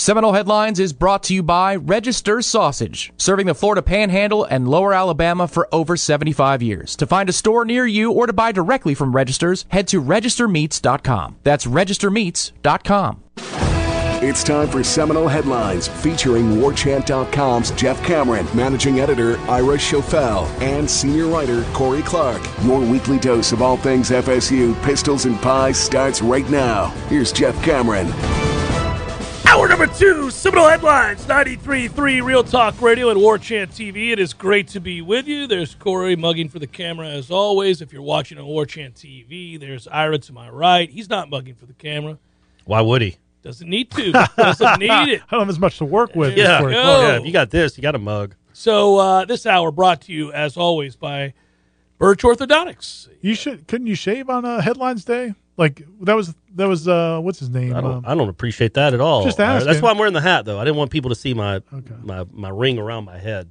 Seminole Headlines is brought to you by Register Sausage, serving the Florida Panhandle and Lower Alabama for over 75 years. To find a store near you or to buy directly from Registers, head to registermeats.com. That's registermeats.com. It's time for Seminole Headlines featuring WarChant.com's Jeff Cameron, managing editor Ira Schofel, and senior writer Corey Clark. Your weekly dose of all things FSU, pistols, and pies starts right now. Here's Jeff Cameron. Hour number two, Seminole Headlines, 93.3 Real Talk Radio and War Chant TV. It is great to be with you. There's Corey mugging for the camera as always. If you're watching on War Chant TV, there's Ira to my right. He's not mugging for the camera. Why would he? Oh, Doesn't need to. Doesn't need it. I don't have as much to work with. There Yeah. we go. Oh, yeah. If you got this, you got a mug. So uh, this hour brought to you, as always, by Birch Orthodontics. You should couldn't you shave on uh, headlines day? Like that was that was uh what's his name? I don't. Um, I don't appreciate that at all. Just All right. asking. That's why I'm wearing the hat, though. I didn't want people to see my my, my ring around my head,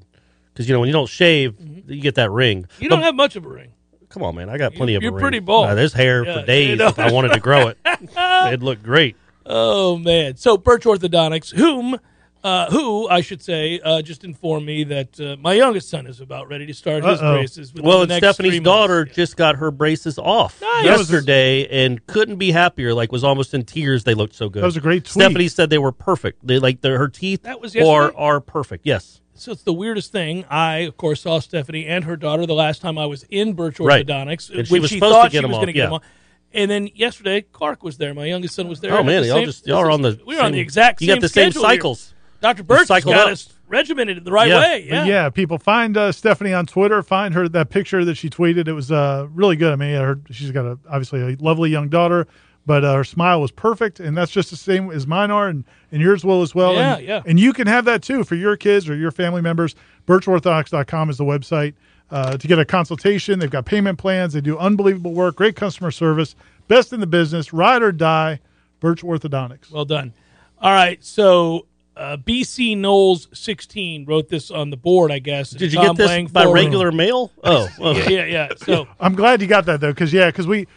because you know when you don't shave, Mm-hmm. you get that ring. You don't have much of a ring. Come on, man. I got plenty of. a you're ring. pretty bald. Nah, there's hair Yeah, you for days. know. If I wanted to grow it, it'd look great. Oh man! So Birch Orthodontics, whom, uh, who I should say, uh, just informed me that uh, my youngest son is about ready to start his Uh-oh. braces. within Well, the and next three Stephanie's months. daughter just got her braces off Nice. yesterday and couldn't be happier. Like was almost in tears. They looked so good. That was a great tweet. Stephanie said they were perfect. They like their, her teeth That was are yesterday? are perfect. Yes. So it's the weirdest thing. I, of course, saw Stephanie and her daughter the last time I was in Birch Right. Orthodontics, And she when was she supposed thought to get she them was going to off, get yeah. them on. And then yesterday, Clark was there. My youngest son was there. Oh At man, the y'all same- just y'all are on the. we were on the same- exact You same got the same schedule here. cycles. Dr. Birch got cycled up. us regimented the right Yeah. way. But Yeah. yeah, people find uh, Stephanie on Twitter. Find her that picture that she tweeted. It was uh really good. I mean, her she's got a obviously a lovely young daughter, but uh, her smile was perfect, and that's just the same as mine are, and, and yours will as well. Yeah, and, yeah. And you can have that too for your kids or your family members. BirchOrthodox.com is the website uh, to get a consultation. They've got payment plans. They do unbelievable work. Great customer service. Best in the business. Ride or die. Birch Orthodontics. Well done. All right. So uh, BC Knowles 16 wrote this on the board, I guess. Did you Tom get this Lang by forward. regular mail? Oh, okay. Yeah, yeah. So I'm glad you got that though, because yeah, because we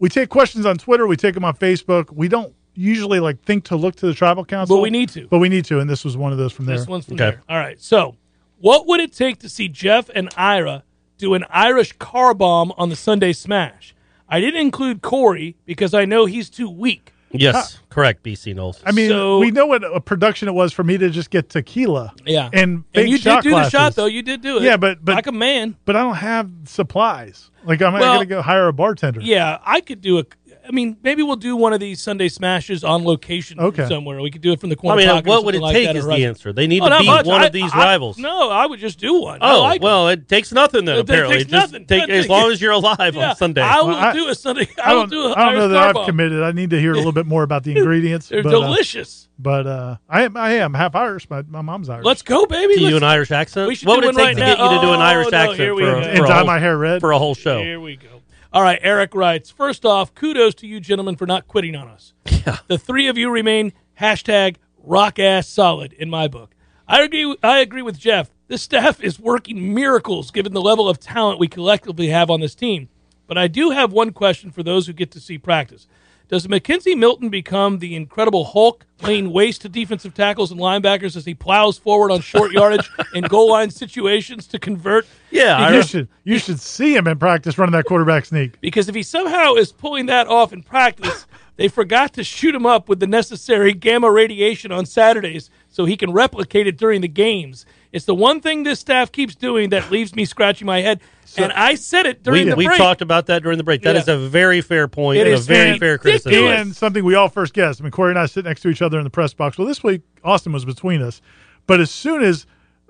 we take questions on Twitter, we take them on Facebook. We don't usually like think to look to the tribal council, But we need to. But we need to, and this was one of those from there. this one's from Okay. there. All right. So what would it take to see Jeff and Ira do an Irish car bomb on the Sunday Smash? I didn't include Corey because I know he's too weak. yes, correct. BC Knowles. I mean, so- we know what a production it was for me to just get tequila. Yeah. and fake and you shot did do glasses. the shot though. You did do it. Yeah, but- but- like a man. But I don't have supplies. Like I'm Well- gonna go hire a bartender. Yeah, I could do a. I mean, maybe we'll do one of these Sunday smashes on location from Okay. somewhere. We could do it from the corner. I mean, uh, pocket or what would it something like take? that Is or the Russ- answer? They need Oh, to not beat much. one I- of these I- rivals. No, I would just do one. I Oh like 'em. well, it takes nothing then. It takes apparently, just nothing. take as long as you're alive Yeah, on Sunday. I will Well, I- do a Sunday. I, I will don't. do a I don't know Irish that car I've bomb. committed. I need to hear a little bit more about the ingredients. They're but, uh, delicious. but uh, I am. I am half Irish. My, my mom's Irish. Let's go, baby. do you Let's- an Irish accent? We should What do would it one take right to get now. you to do an Oh, Irish no, accent here we for, go. a- for and a dye whole, my hair red. for a whole show? Here we go. All right, Eric writes. First off, kudos to you gentlemen for not quitting on us. Yeah. The three of you remain hashtag rock ass solid in my book. I agree. I agree with Jeff. This staff is working miracles given the level of talent we collectively have on this team. But I do have one question for those who get to see practice. Does Mackenzie Milton become the incredible Hulk, laying waste to defensive tackles and linebackers as he plows forward on short yardage and goal line situations to convert Yeah, you Irish. should. You should see him in practice running that quarterback sneak. because if he somehow is pulling that off in practice, They forgot to shoot him up with the necessary gamma radiation on Saturdays so he can replicate it during the games. It's the one thing this staff keeps doing that leaves me scratching my head. and I said it during We, the we break. talked about that during the break. That Yeah. is a very fair point It and a is very fair criticism. ridiculous. And something we all first guessed. I mean, Corey and I sit next to each other in the press box. Well, this week Austin was between us, but as soon as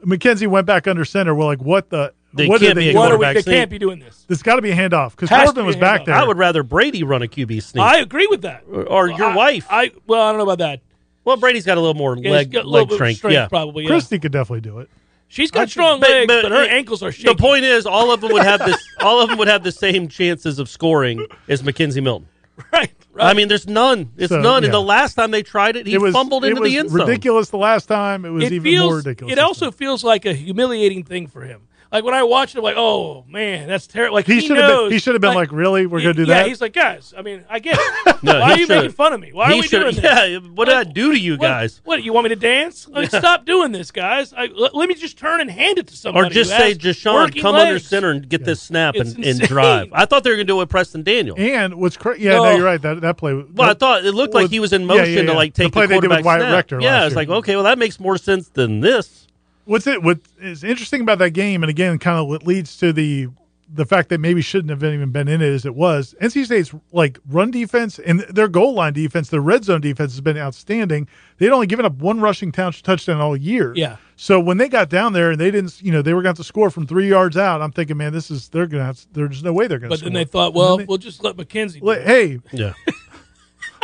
McKenzie went back under center, we're like, "What the? They what can't be a what are we, quarterback they sneak. can't be doing this. There's got to be a handoff because Has to Corbin be was a back handoff. there. I would rather Brady run a QB sneak I agree with that. or, or your I- wife. I well, I don't know about that. well, Brady's got a little more Yeah, leg she's got a little leg bit of strength. Yeah. probably. yeah. Christie could definitely do it. she's got strong legs, but, her ankles are shaky. The point is, all of them would have this. all of them would have the same chances of scoring as Mackenzie Milton. right? Right. I mean, there's none. It's So, none. yeah. And the last time they tried it, he it was fumbled it into was the end zone. Ridiculous the last time. It was it even feels. more ridiculous. It this also time. feels like a humiliating thing for him. Like when I watched it, I'm like, oh man, that's terrible. Like he, he, should have knows. been, he should have been like, really, we're gonna do yeah, that. he's like, guys. I mean, I get it. No, Why he are you should've- making fun of me? Why he are we doing should've- this? Yeah, what did I do to you What- guys? What, you want me to dance? Like, stop doing this, guys. I, let, let me just turn and hand it to somebody. Or just who say, has Deshaun, working come under legs." center and get this snap It's and, and insane. drive. I thought they were going to do it with Preston Daniel. and what's crazy? Yeah, no, No. you're right. That that play. Well, I thought it looked Well, like he was in yeah, yeah, motion yeah. to like The take play the, they did with quarterback Wyatt snap. Rector yeah, last it's year. like okay, well that makes more sense than this. what's it? What is interesting about that game, and again, kind of what leads to the the fact that maybe shouldn't have even been in it as it was. NC State's like run defense and their goal line defense, their red zone defense has been outstanding. They'd only given up one rushing touch, touchdown all year. Yeah. So when they got down there and they didn't, you know, they were going to score from three yards out. I'm thinking, man, this is they're going to have. There's no way they're going to. But then they thought, well, we'll just let McKenzie. do it. hey,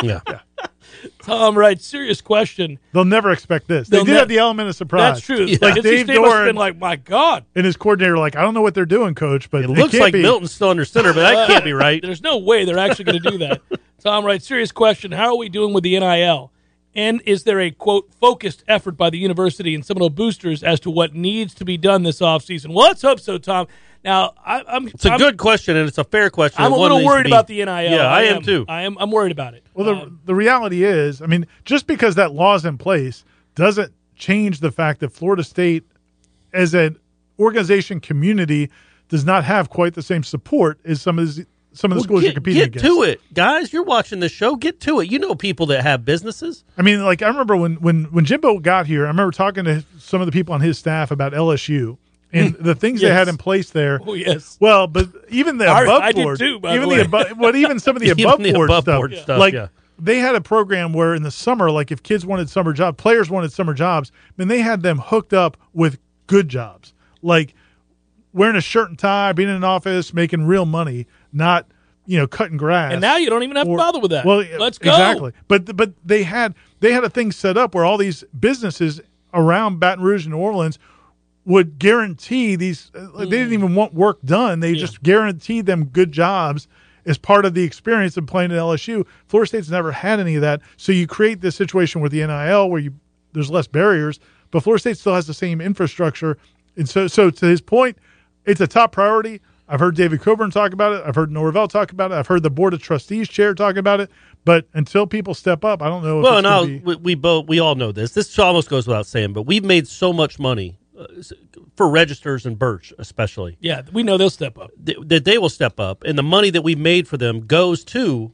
Yeah, yeah. Tom Wright, serious question. they'll never expect this. They They'll did ne- have the element of surprise. That's true. Like Like Dave Dave Doran, must have Doran- been like, my God, And his coordinator, were like, I don't know what they're doing, coach, but It looks can't like be. Milton's still under center, but that can't be right. there's no way they're actually going to do that. Tom Wright, serious question. How are we doing with the NIL? And is there a quote focused effort by the university and Seminole boosters as to what needs to be done this offseason? Well, let's hope so, Tom. Now, I, I'm It's a I'm, good question and it's a fair question. I'm and a one little that needs to worried be- about the NIL. Yeah, I, am too. I am. I'm worried about it. Well, the, Um, the reality is, I mean, just because that law's in place doesn't change the fact that Florida State, as an organization community, does not have quite the same support as some of these, some of the Well, schools get, you're competing get against. to it, guys. You're watching the show. Get to it. You know people that have businesses. I mean, like I remember when when when Jimbo got here, I remember talking to some of the people on his staff about LSU and the things they Yes. had in place there. oh yes. Well, but even the I- above I did board, too, by the even way. above, what even some of the Even above, the board, above stuff, board stuff, like yeah. they had a program where in the summer, like if kids wanted summer jobs, players wanted summer jobs, then they had them hooked up with good jobs, like wearing a shirt and tie, being in an office, making real money, not you know cutting grass. And now you don't even have or- to bother with that. Well, let's go. exactly. But but they had they had a thing set up where all these businesses around Baton Rouge and New Orleans would guarantee these. uh, Like, They didn't Mm. even want work done. They just guaranteed them good jobs as part of the experience of playing at LSU. Florida State's never had any of that. So you create this situation with the NIL where you there's less barriers, but Florida State still has the same infrastructure. And so so to his point, it's a top priority. I've heard David Coburn talk about it. I've heard Norvell talk about it. I've heard the board of trustees chair talk about it. But until people step up, I don't know. If well, it's and gonna I'll- be- we, we both we all know this. This almost goes without saying, but we've made so much money uh, s- for registers and Birch, especially Yeah, we know they'll step up. th- that they will step up, and the money that we've made for them goes to,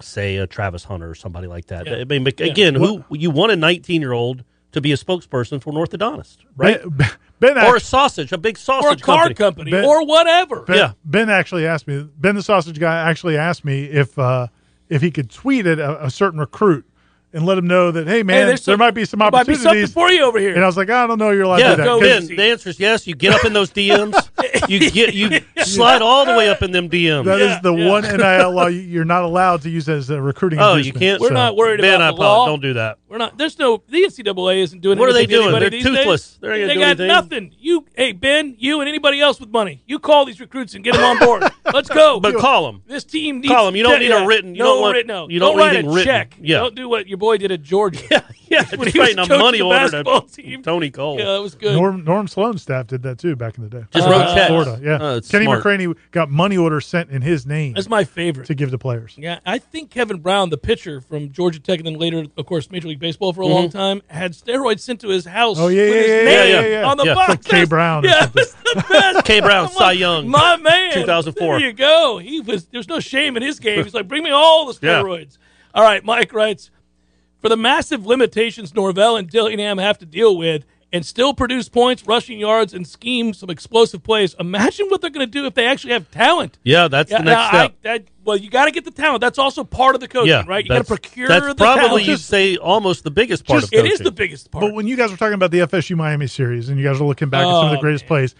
say, a Travis Hunter or somebody like that. I mean, but again, who you want a 19 year old to be a spokesperson for an orthodontist, right? Ben, Ben, or a act- sausage, a big sausage Or a car company. company, Ben- or whatever. ben, yeah. Ben actually asked me. Ben, the sausage guy, actually asked me if uh, if he could tweet at a, a certain recruit and let him know that, hey man, there there's some- might be some there might be opportunities. something for you over here. And I was like, I don't know, you're allowed Yeah, to do that. go 'Cause- in. Ben, the answer is yes. You get up in those DMs. You get you slide all the way up in them DMs. That is Yeah, the yeah. one NIL law you- you're not allowed to use as a recruiting. oh, you inducement. can't. We're not worried ben, about I the apologize. law. Don't do that. We're not. There's no. The NCAA isn't doing. What are they anything to doing? anybody They're these toothless. Days. They're not gonna They do got anything. nothing. You, hey Ben, you and anybody else with money, you call these recruits and get them on board. Let's go. But call them. This team needs. Call 'em. You don't need a yeah, written- you no don't want- written. No. you don't write need a written. check. Yeah. Don't do what your boy did at Georgia. Yeah. Yeah, When just he was writing a coaching money the order basketball to team. Tony Cole. Oh. Yeah, that was good. Norm, Norm Sloan's staff did that too back in the day. Just Uh, wrote checks. Florida, yeah. Oh, that's Kenny smart. McCraney got money orders sent in his name That's my favorite. to give to players. Yeah, I think Kevin Brown, the pitcher from Georgia Tech, and then later, of course, Major League Baseball for a long Mm-hmm. time, had steroids sent to his house. Oh, yeah, with yeah, his yeah, name yeah, yeah, yeah. on the Yeah. box. Like K. Brown or Yeah, something. it's the best. K. Brown, I'm Cy like, Young, my man. 2004. There you go. He was. There's no shame in his game. He's like, bring me all the Yeah. steroids. All right, Mike writes For the massive limitations Norvell and Dillingham have to deal with and still produce points, rushing yards, and scheme some explosive plays, imagine what they're going to do if they actually have talent. Yeah, that's the next now, step. I, that, well, you got to get the talent. That's also part of the coaching, yeah, right? You got to that's- procure That's the probably talent. you say almost the biggest part Just- of it is coaching. the biggest part. But when you guys were talking about the FSU Miami series and you guys were looking back at some of the Oh, greatest plays,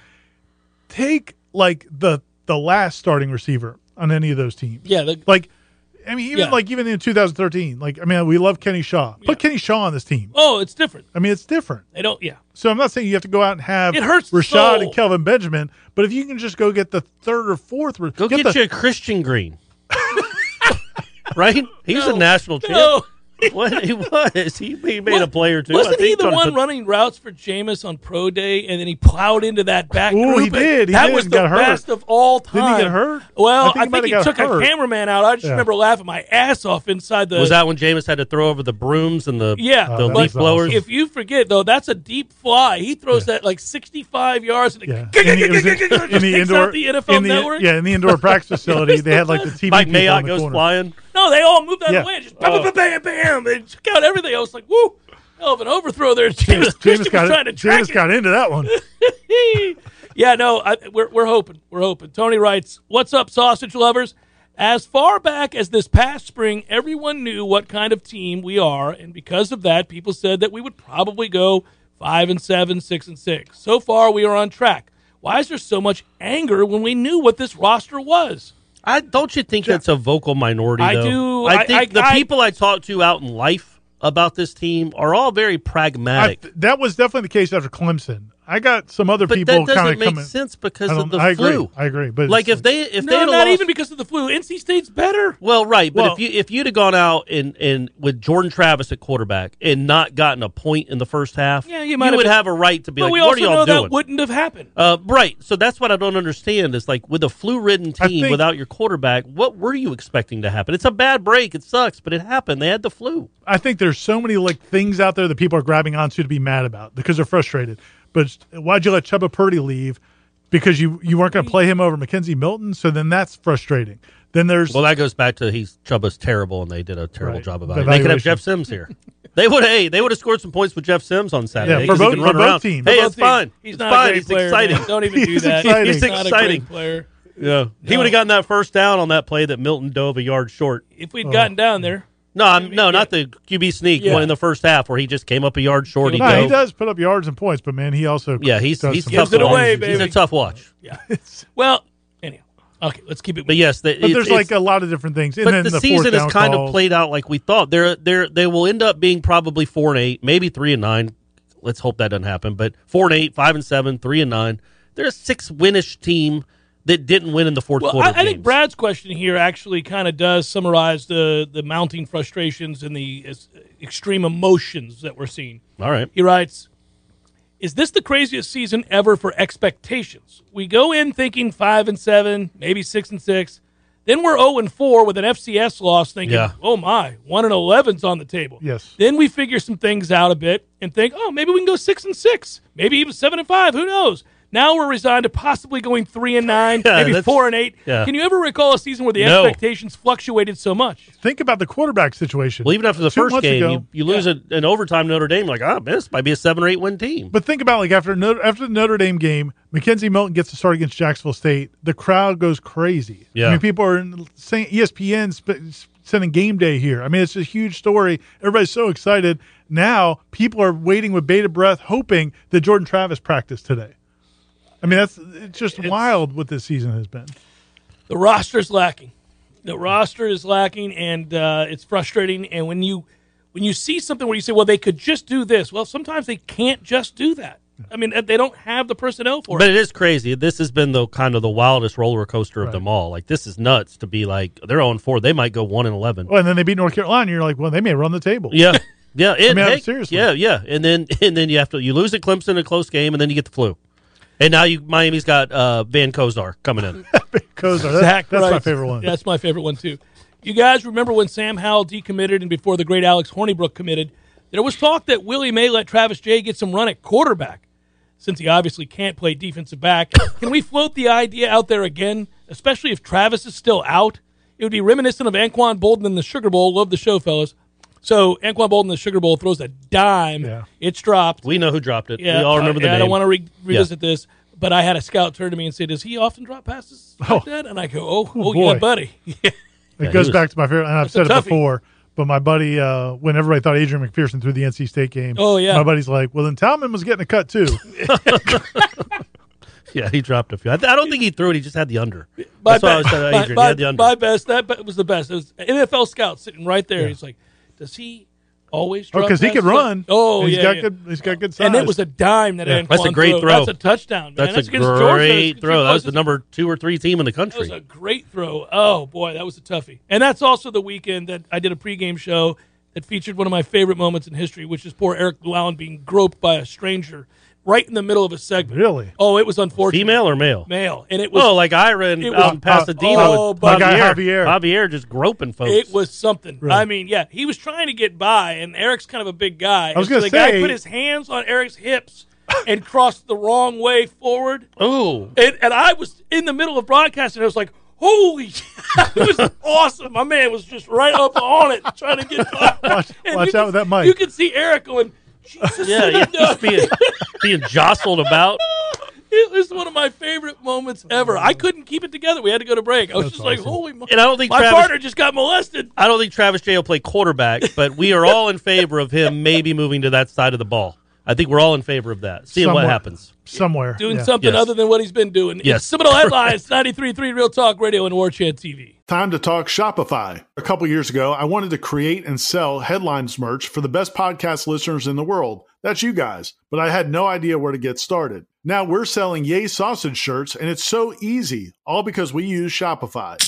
take like the the last starting receiver on any of those teams. yeah, the, Like I mean, even Yeah. like even in 2013, like I mean, we love Kenny Shaw. Put Kenny Shaw on this team. oh, it's different. I mean, it's different. They don't. Yeah, So I'm not saying you have to go out and have It hurts the Rashad soul. and Kelvin Benjamin, but if you can just go get the third or fourth, re- Go get, the, you a Christian Green. right? He's a national champ. No. What he was. He, he made a What- player too. I Wasn't he think, the on one running routes for Jameis on pro day, and then he plowed into that back Ooh, group? he and did. He that did was and the got hurt. best of all time. Didn't he get hurt? Well, I think he I think might he, have got took hurt. a cameraman out. I just Yeah. remember laughing my ass off inside the. Was that when Jameis had to throw over the brooms and the Yeah, Oh, that the leaf was awesome. blowers? if you forget though, that's a deep fly. He throws that like sixty-five yards and it Yeah. kicks And it was out the NFL in the, network. Yeah, in the indoor practice facility, they had like the TV Mike people in Mayock the goes corner. flying. No, they all moved out Yeah. of the way. Just bam, bam, bam, bam, bam. They took out everything. I was like, woo, hell of an overthrow there. James, Jameis was trying got, to track Jameis got into that one. it. yeah, no, I, we're, we're hoping. We're hoping. Tony writes, what's up, sausage lovers? As far back as this past spring, everyone knew what kind of team we are, and because of that, people said that we would probably go five and seven, six and six. So far, we are on track. Why is there so much anger when we knew what this roster was? I don't you think that's a vocal minority? I though? do. I I- think I- the I- people I talk to out in life about this team are all very I, pragmatic. that was definitely the case after Clemson. I got some other but people that kind doesn't of coming. make sense because I of don't- the I agree. flu. I agree, but it's like if like- they if no, they not lost, even because of the flu. NC State's better. Well, right, but Well- if you if you'd have gone out and, and with Jordan Travis at quarterback and not gotten a point in the first half, Yeah, you might have would been- have a right to be But like, we "What also are y'all know doing?" that wouldn't have happened. uh, right. So that's what I don't understand is like with a flu-ridden I team think- without your quarterback, what were you expecting to happen? It's a bad break. It sucks, but it happened. They had the flu. I think there's so many like things out there that people are grabbing onto to be mad about because they're frustrated. But why'd you let Chuba Purdy leave? Because you you weren't going to play him over Mackenzie Milton. So then that's frustrating. Then there's Well, that goes back to he's Chuba's terrible, and they did a terrible Right. job The about it. They could have evaluation. Jeff Sims here. they would. Hey, they would have scored some points with Jeff Sims on Saturday. for 'cause he both- can for run both around. teams. Hey, Both it's teams. fine. He's it's not fine. a great he's player. man. exciting. Don't even He's do that. exciting. He's not a exciting. great player. Yeah, he No. would have gotten that first down on that play that Milton dove a yard short. If we'd gotten down there, No, I'm, no, not the QB sneak Yeah. one in the first half where he just came up a yard short. He, No, no, dove. he does put up yards and points, but man, he also Yeah, he's does he's some- tough Gives it to watch. away, He's a baby. tough watch. yeah. well, anyhow, okay, let's keep it. But yes, the, But it's- there's it's- like a lot of different things. And but then the, the, fourth season is down kind of calls. played out like we thought. They're they're they will end up being probably four and eight, maybe three and nine. Let's hope that doesn't happen. But four and eight, five and seven, three and nine. They're a six winish team that didn't win in the fourth well, quarter. I, I think games. Brad's question here actually kind of does summarize the the mounting frustrations and the uh, extreme emotions that we're seeing. All right. He writes, "Is this the craziest season ever for expectations? We go in thinking five and seven, maybe six and six, then we're zero and four with an FCS loss, thinking, Yeah. oh my, one and 11's on the table. Yes. Then we figure some things out a bit and think, oh, maybe we can go six and six, maybe even seven and five. Who knows?" Now we're resigned to possibly going three and nine, Yeah, maybe that's- four and eight. yeah. Can you ever recall a season where the No. expectations fluctuated so much? Think about the quarterback situation. Well, even after the Two first months game, ago- you, you lose a, an overtime Notre Dame. You're like, ah, man, this might be a seven or eight win team. But think about like after Notre- after the Notre Dame game, Mackenzie Milton gets to start against Jacksonville State. The crowd goes crazy. Yeah. I mean, people are saying E ESPN sp- sending game day here. I mean, it's a huge story. Everybody's so excited. Now people are waiting with bated breath, hoping that Jordan Travis practiced today. I mean, that's it's just wild what this season has been. the roster is lacking. The roster is lacking, and uh, it's frustrating. And when you when you see something where you say, "Well, they could just do this," well, sometimes they can't just do that. I mean, they don't have the personnel for But it. it is crazy. This has been the kind of the wildest roller coaster of them all. Like this is nuts to be like they're on four. They might go one and eleven. Well, Oh, and then they beat North Carolina. and You're like, well, they may run the table. Yeah, yeah. And, mean, hey, seriously. Yeah, yeah. And then and then you have to you lose at Clemson in a close game, and then you get the flu. And now you Miami's got uh, Van Kozar coming in. Kozar, that's, that's my favorite one. That's my favorite one too. You guys remember when Sam Howell decommitted and before the great Alex Hornibrook committed? There was talk that Willie may let Travis Jay get some run at quarterback, since he obviously can't play defensive back. Can we float the idea out there again, especially if Travis is still out? It would be reminiscent of Anquan Bolden in the Sugar Bowl. Love the show, fellas. So Anquan Bolden in the Sugar Bowl throws a dime. Yeah. It's dropped. We know who dropped it. yeah, we all uh, remember the yeah, name. I don't want to re- revisit this, but I had a scout turn to me and say, "Does he often drop passes like that?" And I go, "Oh, oh, yeah, boy. buddy." Yeah. It he goes was- back to my favorite, and I've said it toughie. before. But my buddy, uh, when everybody thought Adrian McPherson threw the NC State game, Oh, yeah. my buddy's like, well, then Talman was getting a cut too. Yeah, he dropped a few. I, th- I don't think he threw it. He just had the under. My That's why I was best- telling my- Adrian. my- he had the under. my best. That be- was the best. It was NFL scout sitting right there. He's like, "Does he always?" Oh, drop because he passes could like-" run. Oh, And he's yeah, got yeah. good. He's got good size. And it was a dime that Anquan That's a great threw. throw. That's a touchdown. That's, man. a against Georgia. That's great against throw. That was the Georgia. number two or three team in the That was a country. great throw. Oh boy, that was a toughie. And that's also the weekend that I did a pregame show that featured one of my favorite moments in history, which is poor Eric Llewellyn being groped by a stranger right in the middle of a segment. Really? Oh, it was unfortunate. Female or male? Male, and it was Oh, like Ira in It was- out in Pasadena oh, with my Javier. guy Javier. Javier just groping folks. It was something. I mean, yeah, he was trying to get by, and Eric's kind of a big guy. I was so gonna the guy say- put his hands on Eric's hips and crossed the wrong way forward. oh, And, and I was in the middle of broadcasting. I was like, "Holy!" it was awesome. My man was just right up on it, trying to get by. Watch, watch out with that mic. You could see Eric going. Jesus, yeah, you yeah, know, just being being jostled about. it was one of my favorite moments ever. I couldn't keep it together. We had to go to break. I was just like, "Holy!" mo- And I don't think my Travis- partner just got molested. I don't think Travis J will play quarterback, but we are all in favor of him maybe moving to that side of the ball. I think we're all in favor of that. Seeing what Somewhat. happens. somewhere doing yeah. something Yes. other than what he's been doing. Yes. It's Seminole Headlines, 93.3 Real Talk Radio and War Chant TV. Time to talk Shopify. A couple years ago, I wanted to create and sell headlines merch for the best podcast listeners in the world. That's you guys. But I had no idea where to get started. Now we're selling Yay Sausage shirts, and it's so easy, all because we use Shopify.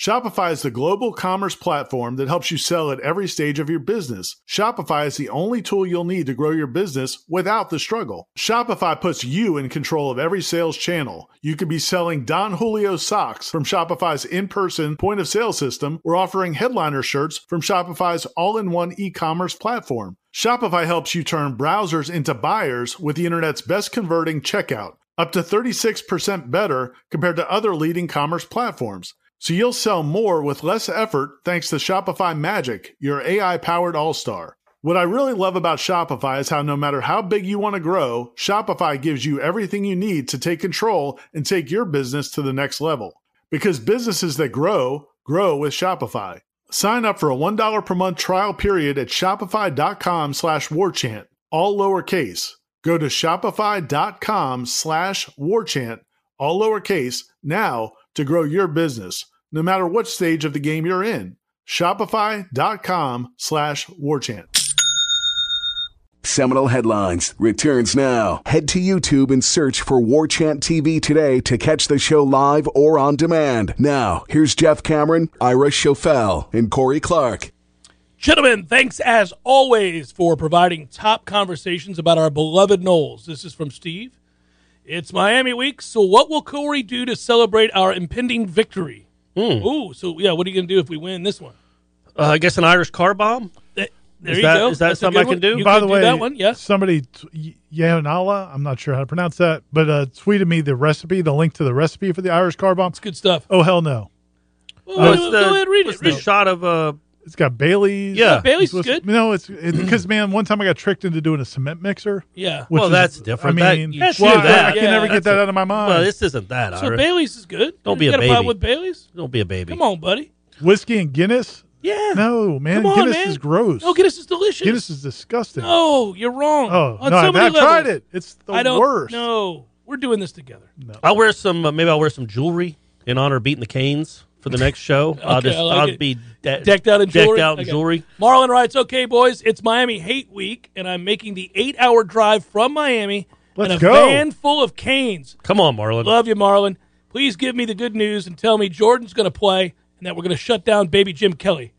Shopify is the global commerce platform that helps you sell at every stage of your business. Shopify is the only tool you'll need to grow your business without the struggle. Shopify puts you in control of every sales channel. You could be selling Don Julio socks from Shopify's in person point of sale system or offering headliner shirts from Shopify's all in one e commerce platform. Shopify helps you turn browsers into buyers with the internet's best converting checkout, up to 36% better compared to other leading commerce platforms. So you'll sell more with less effort thanks to Shopify Magic, your AI powered all star. What I really love about Shopify is how no matter how big you want to grow, Shopify gives you everything you need to take control and take your business to the next level. Because businesses that grow, grow with Shopify. Sign up for a $1 per month trial period at shopify.com slash warchant, all lowercase. Go to shopify.com slash warchant, all lowercase, now to grow your business, no matter what stage of the game you're in. Shopify.com slash warchant. Seminole Headlines returns now. Head to YouTube and search for War Chant TV today to catch the show live or on demand. Now, here's Jeff Cameron, Ira Schofel, and Corey Clark. Gentlemen, thanks as always for providing top conversations about our beloved Knowles. This is from Steve. It's Miami week, so what will Corey do to celebrate our impending victory? Hmm. Ooh, so yeah, what are you going to do if we win this one? Uh, I guess an Irish car bomb. Th- There Is you that- go. is that That's a something I good can one. do? You By can the do way, that one, yes. somebody, t- Yanala, I'm not sure how to pronounce that, but uh, tweeted me the recipe, the link to the recipe for the Irish car bomb. Good stuff. Oh, hell no. Well, Oh, go ahead, read uh, what's it. the Read it. shot of uh, It's got Bailey's. Yeah. Yeah, Bailey's is It's- good. No, it's because, man, one time I got tricked into doing a cement mixer. Yeah. Which Well, is- that's different. I That- mean, you should well, do that. I can Yeah, never get that's that out of my mind. well, this isn't that. So Ira. Bailey's is good. Don't be You got a problem baby. with Bailey's? Don't be a baby. Come on, buddy. Whiskey and Guinness? Yeah. No, man. Come on, Guinness man. is gross. No, Guinness is delicious. Guinness is disgusting. No, you're wrong. oh, On no, so I've, many I've tried levels. it. It's the I don't. worst. No, we're doing this together. I'll wear some. Uh, maybe I'll wear some jewelry in honor of beating the Canes for the next show. I'll Okay, just I like I'll it. be de- Decked out in jewelry. Decked out in Okay. jewelry. Marlon writes, "Okay, boys, it's Miami Hate Week, and I'm making the eight-hour drive from Miami Let's in a go. van full of canes. Come on, Marlon. Love you, Marlon. Please give me the good news and tell me Jordan's going to play and that we're going to shut down baby Jim Kelly.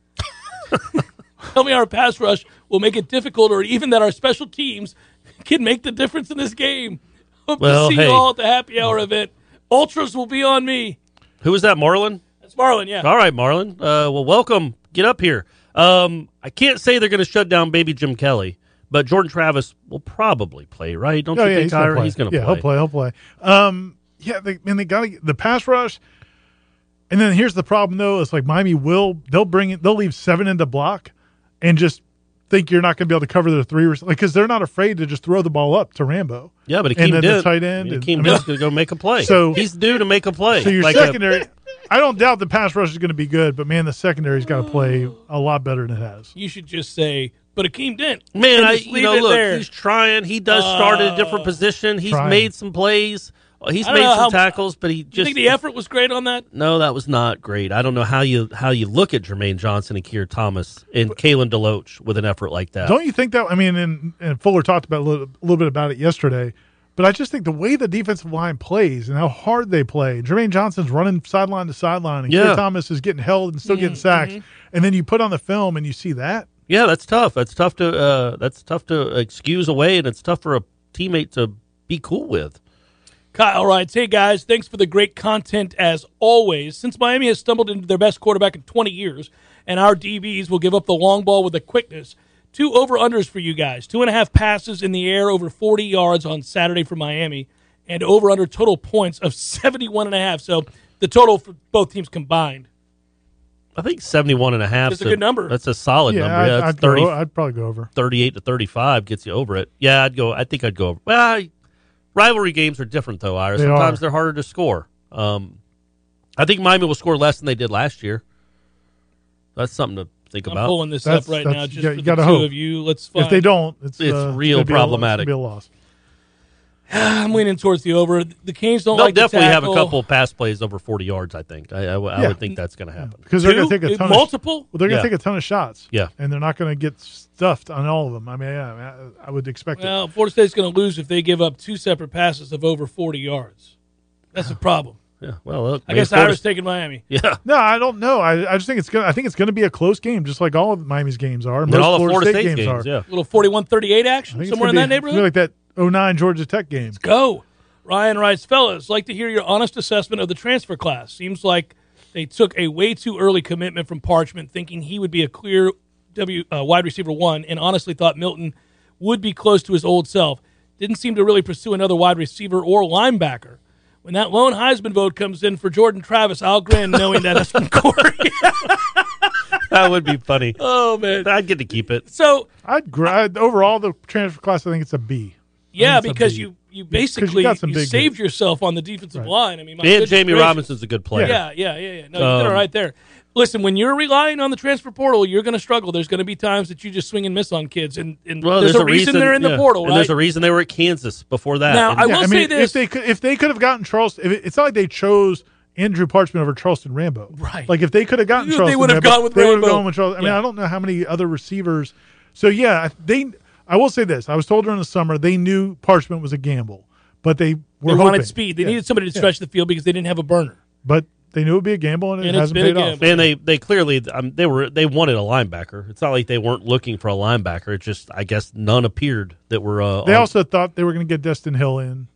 tell me our pass rush will make it difficult or even that our special teams can make the difference in this game. Hope Well, to see hey. you all at the happy hour event. Ultras will be on me. Who was that, Marlon? That's Marlon, yeah. All right, Marlon. Uh, well, welcome. Get up here. Um, I can't say they're going to shut down baby Jim Kelly, but Jordan Travis will probably play, right? Don't Oh, you yeah, think, he's Ira? gonna play. He's going to yeah, he'll play. He'll play. Um, yeah, they, man, they got to the pass rush. And then here's the problem though: it's like Miami will they'll bring it, they'll leave seven in the block, and just think you're not going to be able to cover their three, like because they're not afraid to just throw the ball up to Rambo. Yeah, but Akeem and then did. the tight end. I mean, and- Akeem I mean, Dill's going to go make a play. So- he's due to make a play. So your Like uh, a- secondary, I I don't doubt the pass rush is going to be good, but man, the secondary's got to play a lot better than it has. You should just say, but Akeem Dent. man, And I just you leave know it look, there. he's trying. He does start at a different position. He's Uh, trying. made some plays. Uh, He's I don't made know some how- tackles, but he you just think the effort was great on that? no, that was not great. I don't know how you how you look at Jermaine Johnson and Kier Thomas and Kalen DeLoach with an effort like that. Don't you think that? I mean, and, and Fuller talked about a little, a little bit about it yesterday, but I just think the way the defensive line plays and how hard they play. Jermaine Johnson's running sideline to sideline, and Yeah. Keir Thomas is getting held and still getting sacks. mm-hmm. And then you put on the film and you see that. Yeah, that's tough. That's tough to uh, that's tough to excuse away, and it's tough for a teammate to be cool with. Kyle writes, Hey guys, thanks for the great content as always. Since Miami has stumbled into their best quarterback in 20 years, and our DBs will give up the long ball with a quickness, two over unders for you guys. Two and a half passes in the air over 40 yards on Saturday for Miami, and over under total points of 71 and a half. So the total for both teams combined. I think 71 and a half. That's a good number. That's a solid yeah, number. I'd, Yeah, that's I'd, 30, go, I'd probably go over. 38 to 35 gets you over it. Yeah, I'd go. I think I'd go over. Well, I- rivalry games are different, though, Ira. They Sometimes are. they're harder to score. Um, I think Miami will score less than they did last year. That's something to think I'm about. pulling this That's- up right that's- now just for yeah, you the two gotta hope. of you. Let's find. If they don't, it's It's real uh, gonna be a- it's gonna problematic. be a loss. I'm leaning towards the over. The Canes don't They'll like to definitely have a tackle. couple pass plays over 40 yards, I think. I, I, w- I Yeah. would think that's going to happen. because they're going to Two? take a ton of multiple. Well, they're going Yeah. to take a ton of shots. Yeah. And they're not going to get stuffed on all of them. I mean, yeah, I, I would expect it. Well, Florida State's going to lose if they give up two separate passes of over 40 yards. That's the problem. Yeah, well, look, I maybe guess Florida Ira's taking Miami. Yeah. No, I don't know. I, I just think it's going. to I think it's going to be a close game, just like all of Miami's games are. And Most all the Florida, State, games, are. yeah. little 41 38 I action think it's somewhere in gonna that be- it's gonna neighborhood. be like that 09 Georgia Tech game. Go. Ryan writes, fellas, like to hear your honest assessment of the transfer class. Seems like they took a way too early commitment from Parchment, thinking he would be a clear W uh, wide receiver one, and honestly thought Milton would be close to his old self. Didn't seem to really pursue another wide receiver or linebacker. When that lone Heisman vote comes in for Jordan Travis, I'll grin knowing that it's from Corey. That would be funny. Oh man. I'd get to keep it. So I'd, gr- I'd overall the transfer class. I think it's a B. yeah, it's a because big- you you because you basically you, got some big saved hits. yourself on the defensive line. I mean, my And goodness Jamie gracious. Robinson's a good player. Yeah, yeah, yeah, yeah. No, you did Um, all right there. Listen, when you're relying on the transfer portal, you're going to struggle. There's going to be times that you just swing and miss on kids, and, and Well, there's, a, reason, they're in yeah. the portal, And right? there's a reason they were at Kansas before that. Now, And- I will I say mean, this. if they could, if they could have gotten Charleston, if it, it's not like they chose Andrew Parchman over Charleston Rambo. Right. Like if they could have gotten They Charleston, would have Rambo, gone with they would have Rambo. gone with Charleston. I mean, Yeah. I don't know how many other receivers. So yeah, I- they. I will say this. I was told during the summer they knew Parchment was a gamble, but they they were hoping. wanted speed. They Yeah. needed somebody to stretch the field because they didn't have a burner. but they knew it'd be a gamble, and, And it it's hasn't been a paid off. gamble. and they they clearly um, they were they wanted a linebacker. It's not like they weren't looking for a linebacker. It's just I guess none appeared that were. Uh, They on- also thought they were going to get Destin Hill in.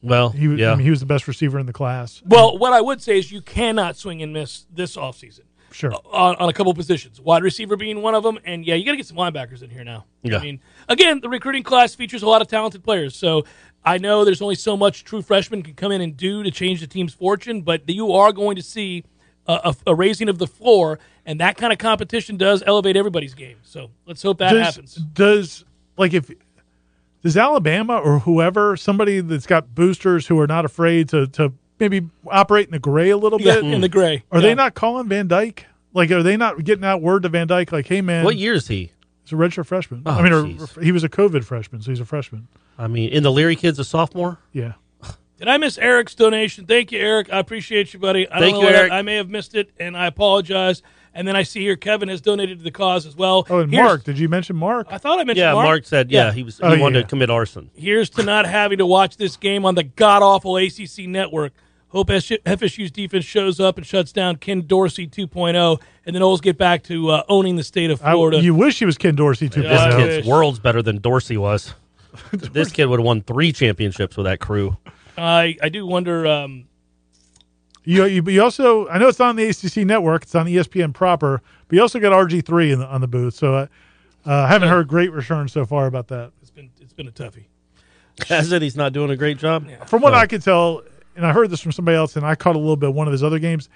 well He, was- yeah. I mean, he was the best receiver in the class. Well, what I would say is you cannot swing and miss this offseason. Sure. on, on a couple positions, wide receiver being one of them, and yeah, you got to get some linebackers in here now. Yeah. I mean, again, the recruiting class features a lot of talented players, so I know there's only so much true freshmen can come in and do to change the team's fortune, but you are going to see a, a, a raising of the floor, and that kind of competition does elevate everybody's game. So let's hope that does, happens. Does like if does Alabama or whoever somebody that's got boosters who are not afraid to to maybe operate in the gray a little Yeah, Mm. bit? in the gray, Are Yeah. they not calling Van Dyke? Like, are they not getting out word to Van Dyke? Like, hey man, what year is he? he's a redshirt freshman. Oh, I mean, jeez. or, he was a COVID freshman, so he's a freshman. I mean, in the Leary kids a sophomore. Yeah. Did I miss Eric's donation? Thank you, Eric. I appreciate you, buddy. I don't Thank know you, what I- Eric. I, may have missed it, and I apologize. And then I see here Kevin has donated to the cause as well. Oh, and Here's- Mark, did you mention Mark? I thought I mentioned Yeah, Mark, Mark. said yeah, he was he Oh, wanted yeah. to commit arson. Here's to not having to watch this game on the god awful ACC network. Hope SU FSU's defense shows up and shuts down Ken Dorsey 2.0, and then Oles get back to uh, owning the state of I- Florida. you wish he was Ken Dorsey too. Oh, Yeah, This I kid's wish. worlds better than Dorsey was. this kid would have won three championships with that crew. I, I do wonder. Um, You, you, but you also, I know it's not on the ACC network, it's on E ESPN proper, but you also got RG3 in the, on the booth. So I uh, haven't heard great returns so far about that. it's been it's been a toughie. As in, he's not doing a great job. From what I could tell, and I heard this from somebody else, and I caught a little bit of one of his other games,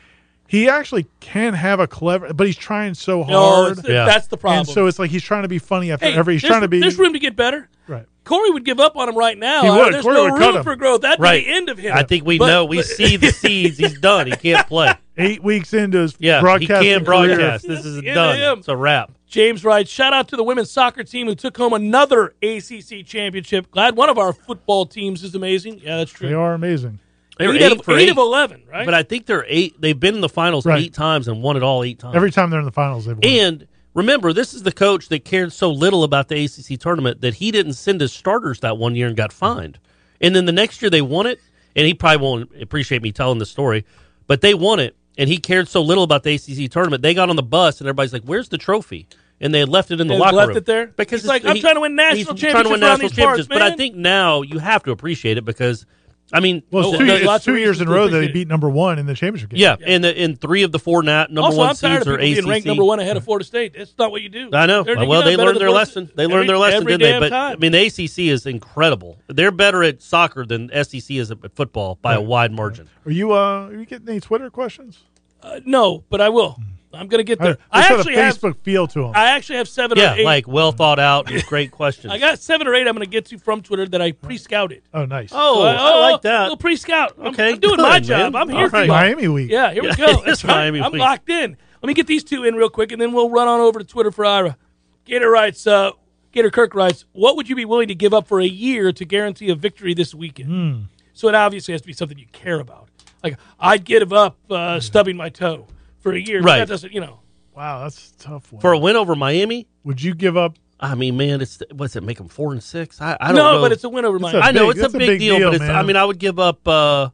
He actually can have a clever, but he's trying so No, hard. it's- Yeah. that's the problem. And so it's like he's trying to be funny after Hey, every. He's there's- trying to be There's room to get better. right. Corey would give up on him right now. He would. There's Corey no would cut room him. for growth. That'd Right. be the end of him. I think we But- know. We but- see the seeds. He's done. He can't play. Eight weeks into his Yeah, he broadcast, can't broadcast. This is End of done. him. It's a wrap. James Wright, shout out to the women's soccer team who took home another ACC championship. Glad one of our football teams is amazing. Yeah, that's They true. are amazing. They were Eight out eight of, for eight eight, of 11, right? but I think they're eight. They've been in the finals Right. eight times and won it all eight times. Every time they're in the finals, they've won. And remember, this is the coach that cared so little about the ACC tournament that he didn't send his starters that one year and got fined. And then the next year they won it, and he probably won't appreciate me telling the story, but they won it, and he cared so little about the ACC tournament. They got on the bus, and everybody's like, "Where's the trophy?" And they had left it in the They locker left room it there? because He's like, it's- "I'm trying to win national he's trying to championships win around national these parts, championships." But I man. think now you have to appreciate it because, I mean, well, Oh, it's two, there's it's lots of two years reasons in a to row that they appreciate it. beat number one in the championship game. yeah, and the, in three of the four na- number also, one I'm tired seeds of are people being ACC. ranked number one ahead of Florida State. That's not what you do. I know. They're- well, you're not they better learned than their Florida lesson. State They every- learned their lesson, every didn't they? damn But I time. mean, the ACC is incredible. They're better at soccer than SEC is at football by a wide margin. Are you uh? Are you getting any Twitter questions? Uh, no, but I will. I'm going to get there. I, I, it's got actually a have. Facebook feel to them. I actually have seven Yeah, or eight. like well thought out, and great questions. uh, I got seven or eight. I'm going to get to from Twitter that I pre-scouted. oh, nice. Oh, So I like that. Little pre-scout. I'm- Okay, I'm, doing my good, job. man. I'm All here for right. you. Miami week. Yeah, here we Yeah, go. it That's is right. Miami I'm week. locked in. Let me get these two in real quick, and then we'll run on over to Twitter for Ira. Gator writes, uh, Gator Kirk writes, what would you be willing to give up for a year to guarantee a victory this weekend? Hmm. So it obviously has to be something you care about. Like, I'd give up uh, stubbing my toe for a year. but Right. That doesn't, you know. Wow, that's a tough. One. For a win over Miami, would you give up? I mean, man, it's what's it make them four and six? I, I don't no, know. but it's a win over my. a- I know big- it's that's a big, deal, but it's, I man. mean, I would give up. uh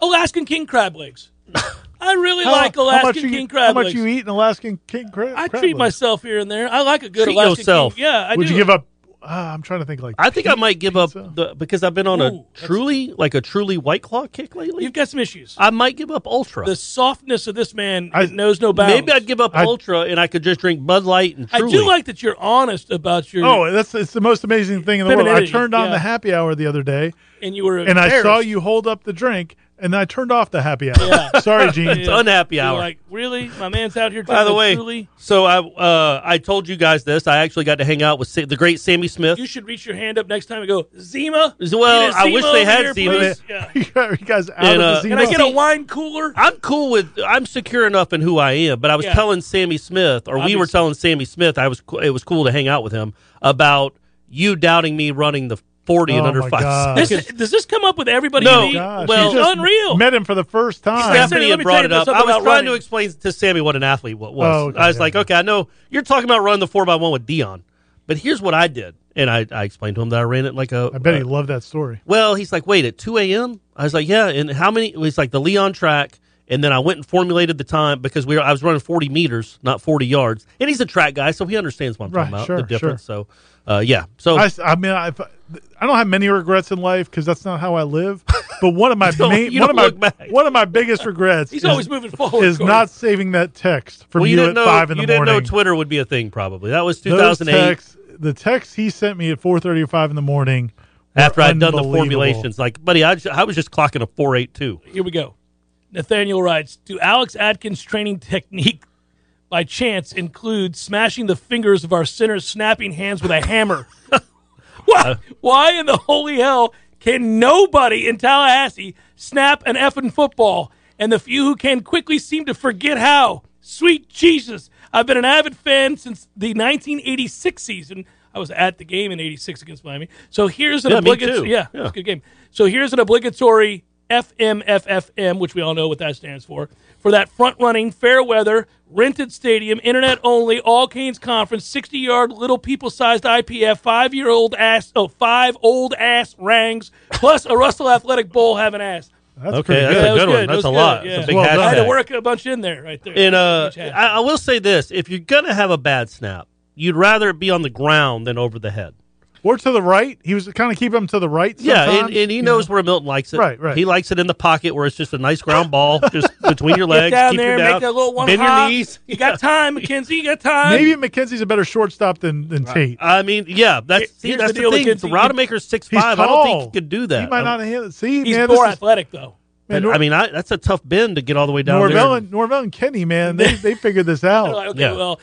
Alaskan king crab legs. I really like how much Alaskan you, king crab How much legs. you eat in Alaskan king crab? I crab treat legs? myself here and there. I like a good Treat Alaskan yourself. king. Yeah, I Would do. you give up? Uh, I'm trying to think. Like I think I might give up pizza? the, because I've been on a Ooh, that's- truly like a truly white claw kick lately. You've got some issues. I might give up ultra. the softness of this man I- knows no bounds. Maybe I'd give up I- ultra and I could just drink Bud Light and I Truly. do like that you're honest about your. Oh, that's it's the most amazing thing in the world. I Femininity, turned on yeah. the happy hour the other day, and you were and I saw embarrassed. you hold up the drink, and I turned off the happy hour. Sorry, Gene. It's unhappy You were hour. Like really, my man's out here. By the drinking way, Truly? so I uh, I told you guys this. I actually got to hang out with Sa- the great Sammy Smith. you should reach your hand up next time and go Zima. As well, Get a I Zima wish they over had here, Zimas. please. Yeah. you guys out And, of uh, the Can I Zima. get a wine cooler? I'm cool with. I'm secure enough in who I am, but I was Yeah. telling Sammy Smith, or we were Obviously. telling Sammy Smith, I was. co- It was cool to hang out with him about you doubting me running the forty and Oh under my five. God. This, does this come up with everybody? No. you meet? Gosh, well, you just unreal. Met him for the first time. Sammy, Stephanie let had me brought tell it you up. I something was about trying to running. explain to Sammy what an athlete wa- was. Oh, okay, I was yeah, like, yeah. okay, I know you're talking about running the four by one with Dion, but here's what I did, and I, I explained to him that I ran it like a. I bet he uh, loved that story. well, he's like, wait, at 2 a.m.? I was like, yeah. And how many? He's like, the Leon track. And then I went and formulated the time because we were, I was running 40 meters, not 40 yards. And he's a track guy, so he understands what I'm talking Right, about, sure, the difference. So, uh, yeah. So, I, s- I mean, I, if I- I don't have many regrets in life because that's not how I live. But one of my Don't- main, you one of don't my, look back. one of my biggest regrets He's is, always moving forward. is Corey. not saving that text from well, you, you, didn't at know, five in you the didn't morning. know Twitter would be a thing, probably. That was Those 2008 texts- the text he sent me at four thirty or five in the morning. were after I'd done the unbelievable. formulations. Like, buddy, I, j- I was just clocking a 482. Here we go. Nathaniel writes Do Alex Atkins' training technique by chance include smashing the fingers of our sinners, snapping hands with a hammer? Uh, why, why in the holy hell can nobody in Tallahassee snap an effing football? And the few who can quickly seem to forget how. Sweet Jesus. I've been an avid fan since the 1986 season. I was at the game in 86 against Miami. So here's an Yeah, me obligatory. too. Yeah, Yeah. it's a good game. So here's an obligatory FMFFM, which we all know what that stands for, for that front running, fair weather, rented stadium, internet only, all Canes conference, 60 yard, little people sized IPF, five year old ass, oh, five old ass rangs, plus a Russell Athletic Bowl having ass. That's Okay, pretty that's good. that a was good one. that That's was a lot. good, That's a yeah. big Well done. I had hashtag. to work a bunch in there right there. And uh, Huge hashtag. I, I will say this: if you're gonna have a bad snap, you'd rather it be on the ground than over the head. Or to the right. He was kind of keeping him to the right. yeah, and, sometimes, and he you knows know. where Milton likes it. Right, right. He likes it in the pocket where it's just a nice ground ball, just between your legs. Get down keep there, you make down, that little one bend your hop. knees. You got time, McKenzie. You got time. Maybe McKenzie's a better shortstop than than Tate. I mean, yeah, that's see, Here's that's the the, deal with thing. kids. Rodemaker's six He's five. I don't think tall. he could do that. Um, He might not handle. See, He's man, more this is- athletic though. But, Man, Nor- I mean, I, that's a tough bend to get all the way down Norvell there. and, Norvell and Kenny, man, they, they figured this out. Like, okay, Oh, Yeah. well,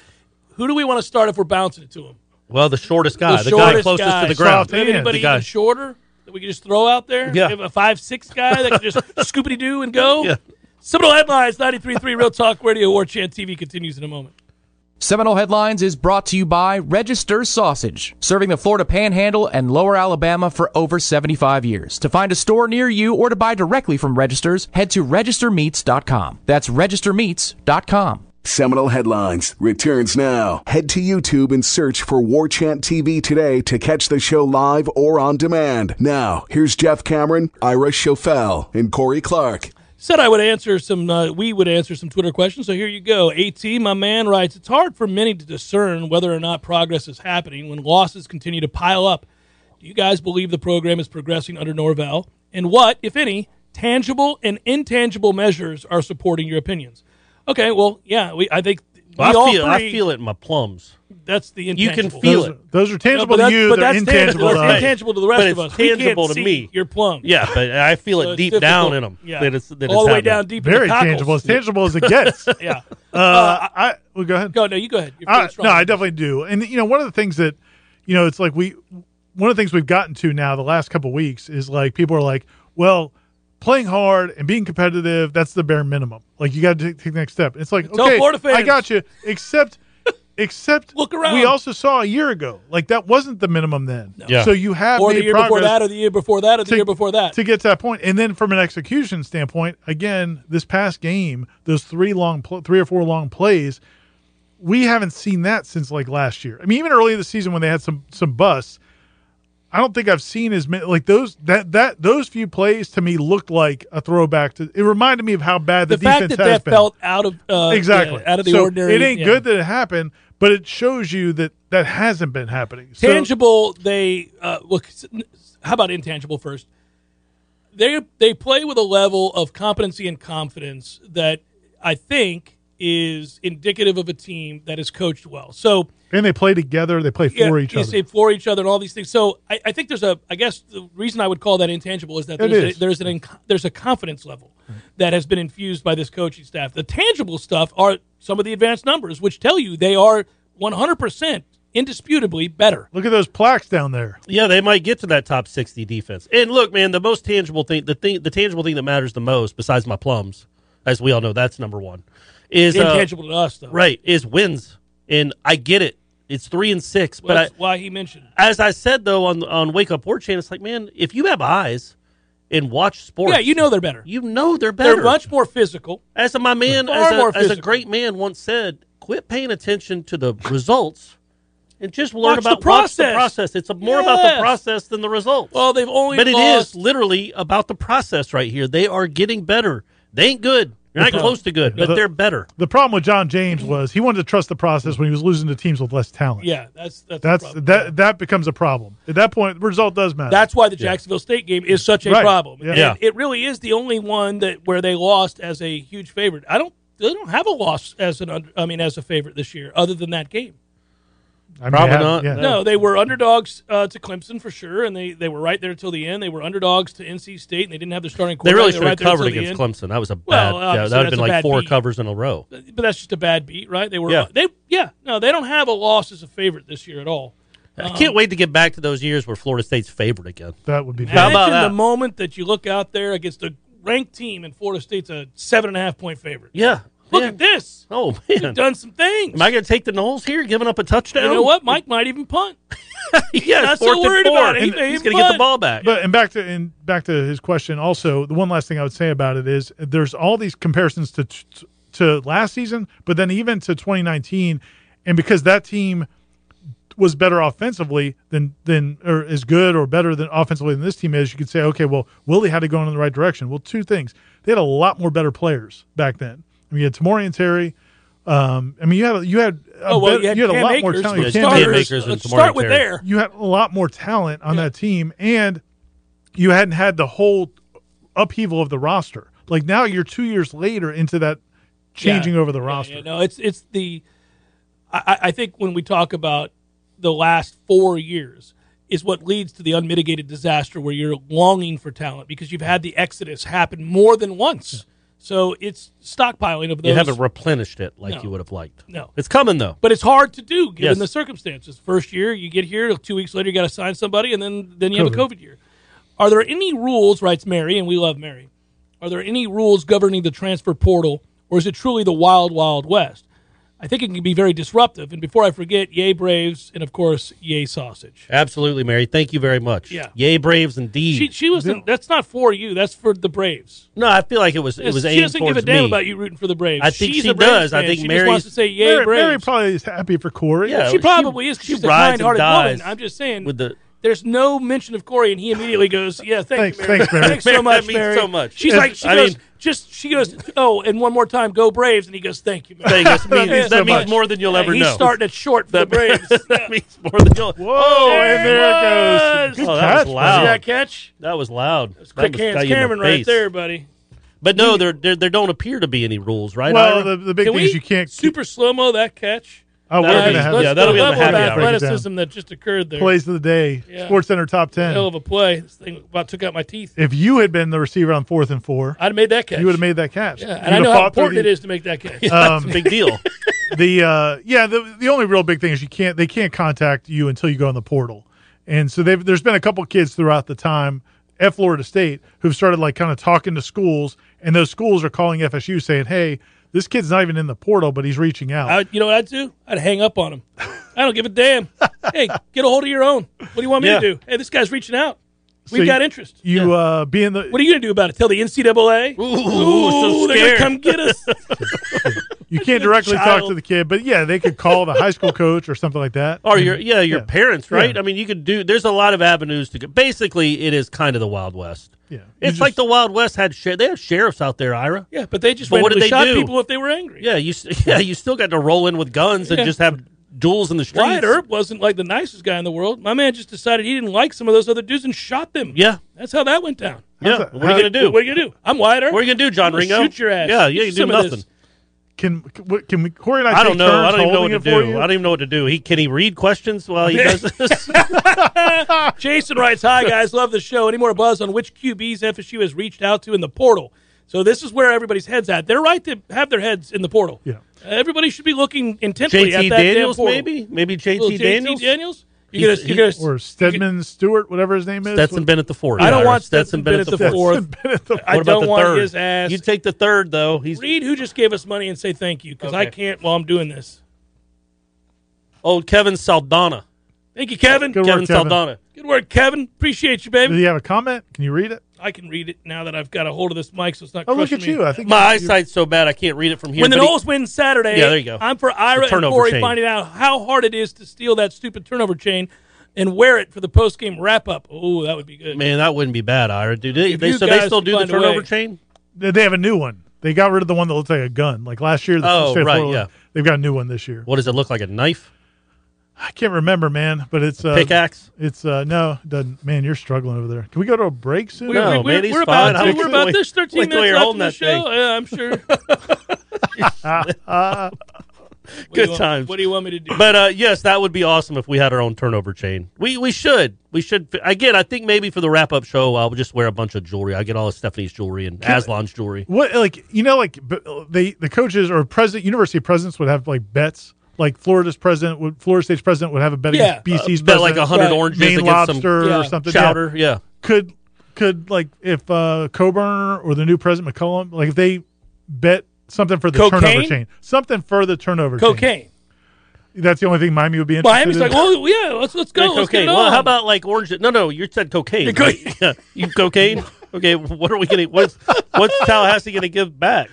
who do we want to start if we're bouncing it to him? Well, the shortest guy, Ah, the, guy shortest closest guy. to the ground. Do we have Soft anybody hands. The guy. even shorter that we can just throw out there? Yeah. We have a five six guy that can just scoopity doo and go. Yeah. Seminole headlines 93.3 Real Talk Radio War Chant TV continues in a moment. Seminole Headlines is brought to you by Register Sausage, serving the Florida Panhandle and Lower Alabama for over 75 years. To find a store near you or to buy directly from Registers, head to registermeats.com. That's registermeats.com. Seminole Headlines returns now. Head to YouTube and search for War Chant TV today to catch the show live or on demand. Now, here's Jeff Cameron, Ira Schofel, and Corey Clark. Said I would answer some, uh, we would answer some Twitter questions. So here you go. AT, my man writes, it's hard for many to discern whether or not progress is happening when losses continue to pile up. Do you guys believe the program is progressing under Norvell? And what, if any, tangible and intangible measures are supporting your opinions? Okay, well, yeah, we, I think Well, we all I feel, three- I feel it in my plums. That's the You intangible. can feel Those, it. those are No, tangible that's- to you. but they're that's intangible That's to us. intangible to the rest But of it's us. We can't tangible to see me. Your plum. Yeah, but I feel So it it's deep difficult. down in them. Yeah. That it's, that all it's the way happening. down deep. in Very the cockles. tangible, as tangible as it gets. uh, Yeah. I well, go ahead. Go. No, you go ahead. You're Uh, feeling strong. no, I definitely do. And you know, one of the things that you know, it's like we one of the things we've gotten to now the last couple weeks is like people are like, well, playing hard and being competitive, that's the bare minimum. Like you got to take the next step. It's like, Tell okay, Florida fans. I got you. Except except Look around. We also saw a year ago. Like that wasn't the minimum then. Yeah. So you have Or made the year progress before that, or the year before that, or the year before that. to get to that point. And then from an execution standpoint, again, this past game, those three long, pl- three or four long plays, we haven't seen that since like last year. I mean, even early in the season when they had some some busts, I don't think I've seen as many like those that that those few plays to me looked like a throwback to. It reminded me of how bad the, the fact defense that has that been. felt out of uh, exactly yeah, out of the So ordinary. It ain't yeah. good that it happened, but it shows you that that hasn't been happening. So- tangible. They uh, look. s- n- How about intangible first? They they play with a level of competency and confidence that I think is indicative of a team that is coached well. So and they play together. They play for each you other. say for each other and all these things. So I, I think there's a. I guess the reason I would call that intangible is that It there's is. A, there's an inc- there's a confidence level that has been infused by this coaching staff. The tangible stuff are some of the advanced numbers, which tell you they are 100 percent indisputably better. Look at those plaques down there. Yeah, they might get to that top sixty defense. And look, man, the most tangible thing, the thing, the tangible thing that matters the most, besides my plums, as we all know, that's number one, is uh, intangible to us, though. right? Is wins. And I get it. It's three and six, Well, but I, that's why he mentioned. it. as I said though on on Wake Up War Chant, it's like, man, if you have eyes and watch sports, Yeah, you know they're better. you know they're better. They're much more physical. as my man, Far as more a, as a physical. great man once said, quit paying attention to the results and just learn Watch about the Watch process. the process. It's more about Yes. the process than the results. Well, they've only but it lost- is literally about the process right here. They are getting better. They ain't good. They're Uh-huh. not close to good, but they're better. The problem with John James was he wanted to trust the process when he was losing to teams with less talent. Yeah, that's that's the That's problem. that that becomes a problem. At that point, the result does Uh, matter. That's why the Jacksonville State game is such a Right. problem. Yeah. And Yeah. It really is the only one that where they lost as a huge favorite. I don't they don't have a loss as an under, I mean as a favorite this year other than that game. I mean, Probably yeah, not. yeah. No, they were underdogs uh, to Clemson for sure and they, they were right there till the end. They were underdogs to NC State and they didn't have their starting They quarterback. really They should were have right there covered till the against end. Clemson. That was a bad. Well, yeah, obviously, that would have that's been a like bad four beat. covers in a row. But that's just a bad beat, right? They were Yeah. they yeah, no, they don't have a loss as a favorite this year at all. I Uh-huh. can't wait to get back to those years where Florida State's favorite again. that would be How Imagine about that? the moment that you look out there against a ranked team and Florida State's a seven and a half point favorite. Yeah. Look Man. at this. Oh We've man. done some things. Am I going to take the Knowles here, giving up a touchdown? you know what? Mike might even punt. yeah, Not so fourth and worried four. about it. He And may he's even going to get punt. the ball back. But and back to and back to his question. Also, the one last thing I would say about it is there's all these comparisons to to last season, but then even to 2019, and because that team was better offensively than than or as good or better than offensively than this team is, you could say, okay, well, Willie had to go in the right direction. Well, two things: they had a lot more better players back then. I mean, you had Tamori and Terry. Um, I mean, you had you had a Oh well, bet- you had, a Cam lot more Akers, talent. for You Yeah, can't- Cam starters. Akers and Let's Tamari start with Terry. there. you had a lot more talent on that team and you hadn't had the whole upheaval of the roster like now you're two years later into that changing Yeah. over the Yeah, roster Yeah, no, it's it's the. I, I- I think when we talk about the last four years, is what leads to the unmitigated disaster where you're longing for talent because you've had the exodus happen more than once. So it's stockpiling of those. You haven't replenished it like No. you would have liked. No. It's coming, though. but it's hard to do given Yes. the circumstances. First year, you get here. Two weeks later, you got to sign somebody, and then then you have a COVID year. Are there any rules? Writes Mary, and we love Mary. Are there any rules governing the transfer portal, or is it truly the wild, wild west? I think it can be very disruptive. And before I forget, yay Braves, and of course, yay sausage. Absolutely, Mary. Thank you very much. Yeah. Yay, Braves, indeed. She, she was. not That's not for you. That's for the Braves. no, I feel like it was it was she aimed doesn't give towards a damn me. about you rooting for the Braves. I think She's she a Braves does. I fan. think she just Mary- wants to say yay Mary, Braves. Mary probably is happy for Corey. Yeah, she probably is. 'cause She She's a rides and kind-hearted dies. woman. I'm just saying. with the There's no mention of Corey, and he immediately goes, "Yeah, thank Thanks- you, Mary. thanks, Mary. so Mary, much, that means Mary. so much. She's Yes. like, she I goes, mean- just she goes, oh, and one more time, go Braves, and he goes, thank you, Mary. thing. That means, Yeah, that so means much. more than you'll Yeah, ever he's know. starting it short for the that, Braves. Oh, that means more than Oh, you'll. Whoa, and there it was. goes. Good Oh, catch, that was buddy. loud. See that catch? That was loud. That Quick was hands, got you in the Cameron, right face. there, buddy. But no, there, there there don't appear to be any rules, right? Well, Ira? the, the big Can thing we is you can't. super slow mo that catch? oh, we're That'll be- going to Guys, have let's yeah, that'll the be on the level of happy hour. Break it down. athleticism that just occurred there. plays of the day. Yeah. Sports Center top Hell ten. of a play. This thing about took out my teeth. If you had been the receiver on fourth and four, I'd have made that catch. you would have made that catch. Yeah, You and I would know have how fought through important it the- is to make that catch. That's a big deal. the uh, yeah the, the only real big thing is you can't they can't contact you until you go on the portal and so they've, there's been a couple kids throughout the time at florida state who've started like kind of talking to schools and those schools are calling fsu saying hey this kid's not even in the portal but he's reaching out I, you know what I'd do? I'd hang up on him. I don't give a damn. hey, get a hold of your own. What do you want me Yeah. to do? Hey, this guy's reaching out. We've So got you- interest. you uh being the What are you going to do about it? Tell the NCAA? Ooh, so they're going scared. to come get us. you can't directly talk child. to the kid but yeah they could call the high school coach or something like that Or your yeah, your parents, right? Yeah. I mean, you could do. There's a lot of avenues to go. Basically, it is kind of the Wild West. yeah It's You like just- the Wild West had sheriff. They have sheriffs out there, Ira. yeah, but they just But what did randomly they shot do? people if they were angry. Yeah, you s- yeah, you still got to roll in with guns and Yeah. just have duels in the streets. Wyatt Earp wasn't like the nicest guy in the world. My man just decided he didn't like some of those other dudes and shot them. Yeah, That's how that went down. yeah. that- What are you gonna do? What are you going to do? I'm Wyatt Earp. What are you gonna do, John I'm gonna Ringo? Shoot your ass. Yeah, yeah, you do Some of this. nothing. can can, can we, Corey and I, I don't take know. I turns don't even know what holding to it for do. you? I don't even know what to do. He can he read questions while he does this? Jason writes, "Hi guys, love the show. Any more buzz on which QBs FSU has reached out to in the portal?" So this is where everybody's heads at. They're right to have their heads in the portal. Yeah. everybody should be looking intently JT at that damn Daniels, portal. maybe, maybe Little JT Daniels. You're He's- gonna, you're gonna, or Stedman Stewart, whatever his name is. Stetson Bennett the fourth. I don't Ira. want Stetson Bennett the fourth. fourth. I What about don't the want third? his ass. You take the third though. He's Read who just gave us money and say thank you because I Okay. can't while I'm doing this. old Kevin Saldana. Thank you, Kevin. Good Kevin work, Kevin. Saldana. Good work, Kevin. Appreciate you, Do baby. you have a comment? Can you read it? I can read it now that I've got a hold of this mic, so it's not. Oh, look crushing at me. you! I think My eyesight's so bad I can't read it from here. When the but he- Knowles win Saturday, Yeah, there you go. I'm for Ira The and turnover Corey chain. finding out how hard it is to steal that stupid turnover chain and wear it for the post game wrap up. Oh, that would be good. man, that wouldn't be bad, Ira. Do they, If they you so guys they still do the find a turnover way. chain? they they have a new one. They got rid of the one that looks like a gun. Like last year, the Oh, State of right, Florida, yeah. they've got a new one this year. What does it look like? A knife? I can't remember, man, but it's uh, Pickaxe? It's uh, no, it doesn't man, you're struggling over there. Can we go to a break soon? We- No, we, man, we're, he's we're fine. about to- I'm we're just about like- this 13 like the way minutes you're left in the holding that show. thing. Yeah, I'm sure. What do you Good want- times. What do you want me to do? But uh, yes, that would be awesome if we had our own turnover chain. We we should we should again. I think maybe for the wrap up show, I'll just wear a bunch of jewelry. I will get all of Stephanie's jewelry and Aslan's jewelry. What like you know like b- they the coaches or president university presidents would have like bets. Like Florida's president would Florida State's president would have a bet Yeah, against BC's Uh, bet like president, a hundred Right. oranges Maine against lobster Yeah. or something. some Yeah. chowder. Yeah. could could like if uh Coburn or the new president McCollum, like if they bet something for the turnover Cocaine? chain, something for the turnover chain. Cocaine. That's the only thing Miami would be interested Miami's in. like, well, yeah, let's let's go. Yeah, Let's get cocaine. it Well, on. how about like orange? No, no, you said cocaine. Yeah, co- right? Yeah. you cocaine. Okay, what are we gonna? What's what's Tallahassee gonna give back?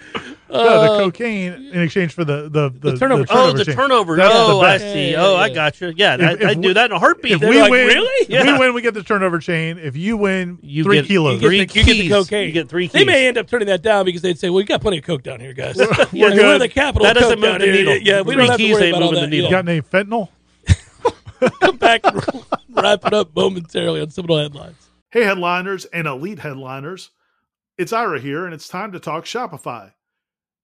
no, the cocaine in exchange for the the, the, turnover chain. Oh, the chain. turnover. That's the oh, I bet. see. Yeah, oh, yeah, I yeah. got you. Yeah, If- I, if I we- do that in a heartbeat. If They're we like, win, really? if we win, we get the turnover chain. If you win, You three get- kilos. you You get, the, you get the keys. cocaine. You get three They may keys. end up turning that down because they'd say, "Well, you got plenty of coke down here, guys. I mean, good. the capital. That of coke doesn't move down the here. needle. Yeah, we Three don't have to keys worry ain't about all moving the that. needle. you got any fentanyl? Come back. and Wrap it up momentarily on Seminole headlines. Hey, headliners and elite headliners. It's Ira here, and it's time to talk Shopify.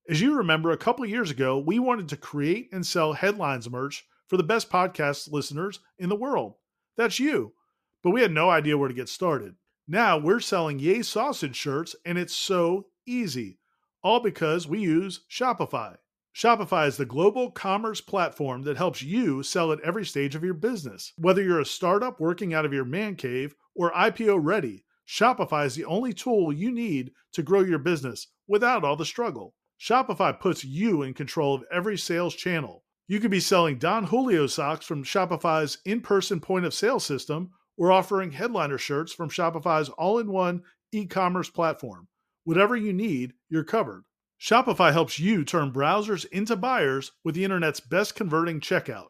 As you remember, a couple years ago, we wanted to create and sell headlines merch for the best podcast listeners in the world. That's you. but we had no idea where to get started. Now we're selling Yay Sausage shirts, and it's so easy, all because we use Shopify. Shopify is the global commerce platform that helps you sell at every stage of your business. Whether you're a startup working out of your man cave or IPO ready, Shopify is the only tool you need to grow your business without all the struggle. Shopify puts you in control of every sales channel. You could be selling Don Julio socks from Shopify's in person point of sale system or offering headliner shirts from Shopify's all in one e commerce platform. Whatever you need, you're covered. Shopify helps you turn browsers into buyers with the internet's best converting checkout,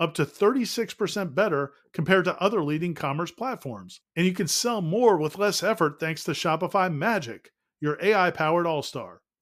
up to 36% better compared to other leading commerce platforms. And you can sell more with less effort thanks to Shopify Magic, your AI powered all star.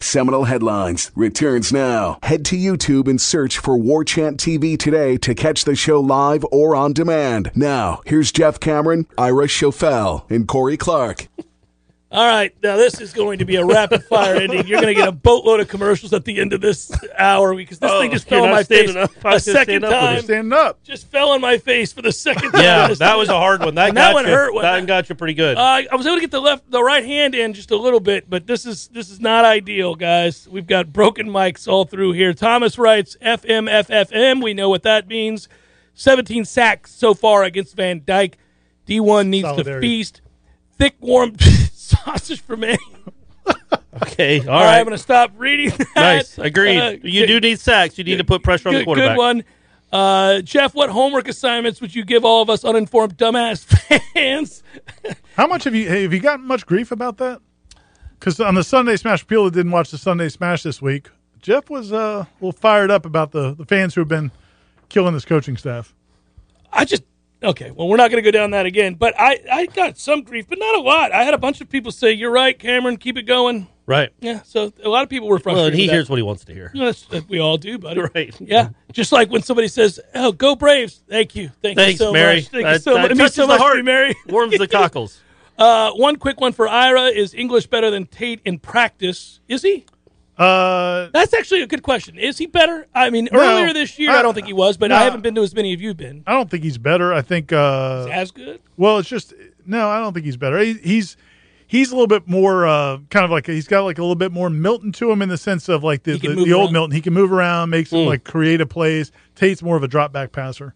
Seminal Headlines returns now. Head to YouTube and search for War Chant TV today to catch the show live or on demand. Now, here's Jeff Cameron, Ira Schofel, and Corey Clark. All right, now this is going to be a rapid fire ending. You're going to get a boatload of commercials at the end of this hour because this thing just fell Oh, you're in not my face standing up. I a was gonna second stand up with time. you. Standing up. Just fell in my face for the second time. Yeah, This that thing- was a hard one. That, And that got one you. hurt, wasn't That it? one got you pretty good. Uh, I was able to get the left, the right hand in just a little bit, but this is this is not ideal, guys. We've got broken mics all through here. Thomas writes FMFFM. We know what that means. 17 sacks so far against Van Dyke. D1 needs to Solidarity. feast. Thick, warm sausage for me. okay, all All right, I'm right. going to stop reading that. nice. Agreed. Uh, you do need sacks. You need to put pressure on the good, quarterback. good one. Uh, Jeff, what homework assignments would you give all of us uninformed dumbass fans? How much have you have you gotten much grief about that? Because on the Sunday Smash, people that didn't watch the Sunday Smash this week, Jeff was uh, a little fired up about the, the fans who have been killing this coaching staff. I just okay. Well, we're not going to go down that again. But I I got some grief, but not a lot. I had a bunch of people say, "You're right, Cameron. Keep it going." Right. Yeah. So a lot of people were frustrated. Well, and he with that. hears what he wants to hear. You know, that's- that we all do, buddy. Right. Yeah. Just like when somebody says, "Oh, go Braves!" Thank you. Thank Thanks, you so Mary. much. Thank you That- so that much. It means touches so the much to heart. you, Mary. Warms the cockles. Uh, one quick one for Ira is English better than Tate in practice? Is he? Uh, That's actually a good question. Is he better? I mean, No. earlier this year, I, don't Uh, think he was, but I No. haven't been to as many of you've been. I don't think he's better. I think uh, As good. Well, it's just no. I don't think he's better. He, he's he's a little bit more uh, kind of like he's got like a little bit more Milton to him in the sense of like the He can the, move the around. Mm. old Milton. He can move around, make some like creative plays. Tate's more of a drop back passer.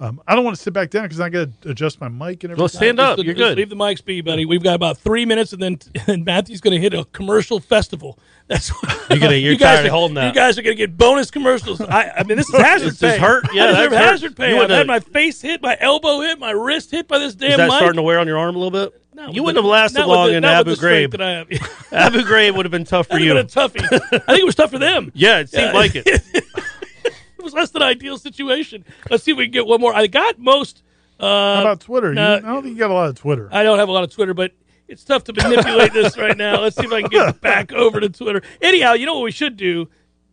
Um, I don't want to sit back down because I got to adjust my mic and everything. Well, stand Just- up. You're just good. Leave the mics be, buddy. We've got about three minutes, and then and Matthew's going to hit a commercial festival. That's what, You're gonna- you're you guys tired are, of holding You that. guys are going to get bonus commercials. I, I mean, this is hazard This pay. is hurt. Yeah, I deserve that's hurt. hazard pay. You I've would've- had my face hit, my elbow hit, my wrist hit by this damn Is that mic. starting to wear on your arm a little bit? Not you with wouldn't the- have lasted not with long the- in not with Abu the strength Ghraib. That I have. That'd Abu Ghraib would have been tough for have been you. a toughie. I think it was tough for them. Yeah, it seemed Yeah. like it. It was less than ideal situation. Let's see if we can get one more. I got most. Uh, How about Twitter? You- no. I don't think you got a lot of Twitter. Uh, I don't have a lot of Twitter, but it's tough to manipulate this right now. Let's see if I can get back over to Twitter. Anyhow, you know what we should do?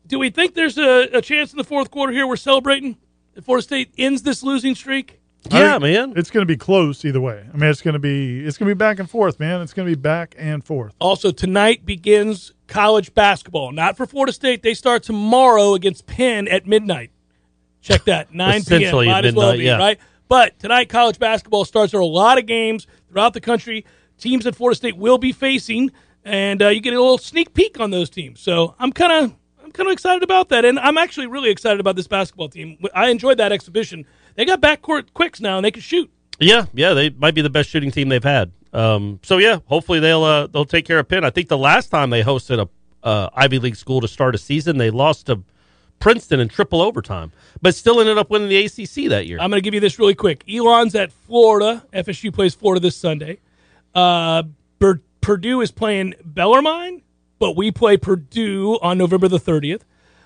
Do we think there's a, a chance in the fourth quarter here we're celebrating? If Florida State ends this losing streak? yeah, man. It's going to be close either way. I mean, it's going to be it's going to be back and forth, man. It's going to be back and forth. Also, tonight begins college basketball. Not for Florida State. They start tomorrow against Penn at midnight. Check that, 9 p.m. Essentially Might as well midnight, be, yeah. right? But tonight, college basketball starts. There are a lot of games throughout the country. Teams that Florida State will be facing, and uh, you get a little sneak peek on those teams. So I'm kind of I'm kind of excited about that, and I'm actually really excited about this basketball team. I enjoyed that exhibition. They got backcourt quicks now, and they can shoot. Yeah, yeah, they might be the best shooting team they've had. Um, so yeah, hopefully they'll uh, they'll take care of Penn. I think the last time they hosted a uh, Ivy League school to start a season, they lost to Princeton in triple overtime, but still ended up winning the ACC that year. I'm going to give you this really quick. Elon's at Florida. FSU plays Florida this Sunday. Uh, Bur- Purdue is playing Bellarmine, but we play Purdue on November the 30th.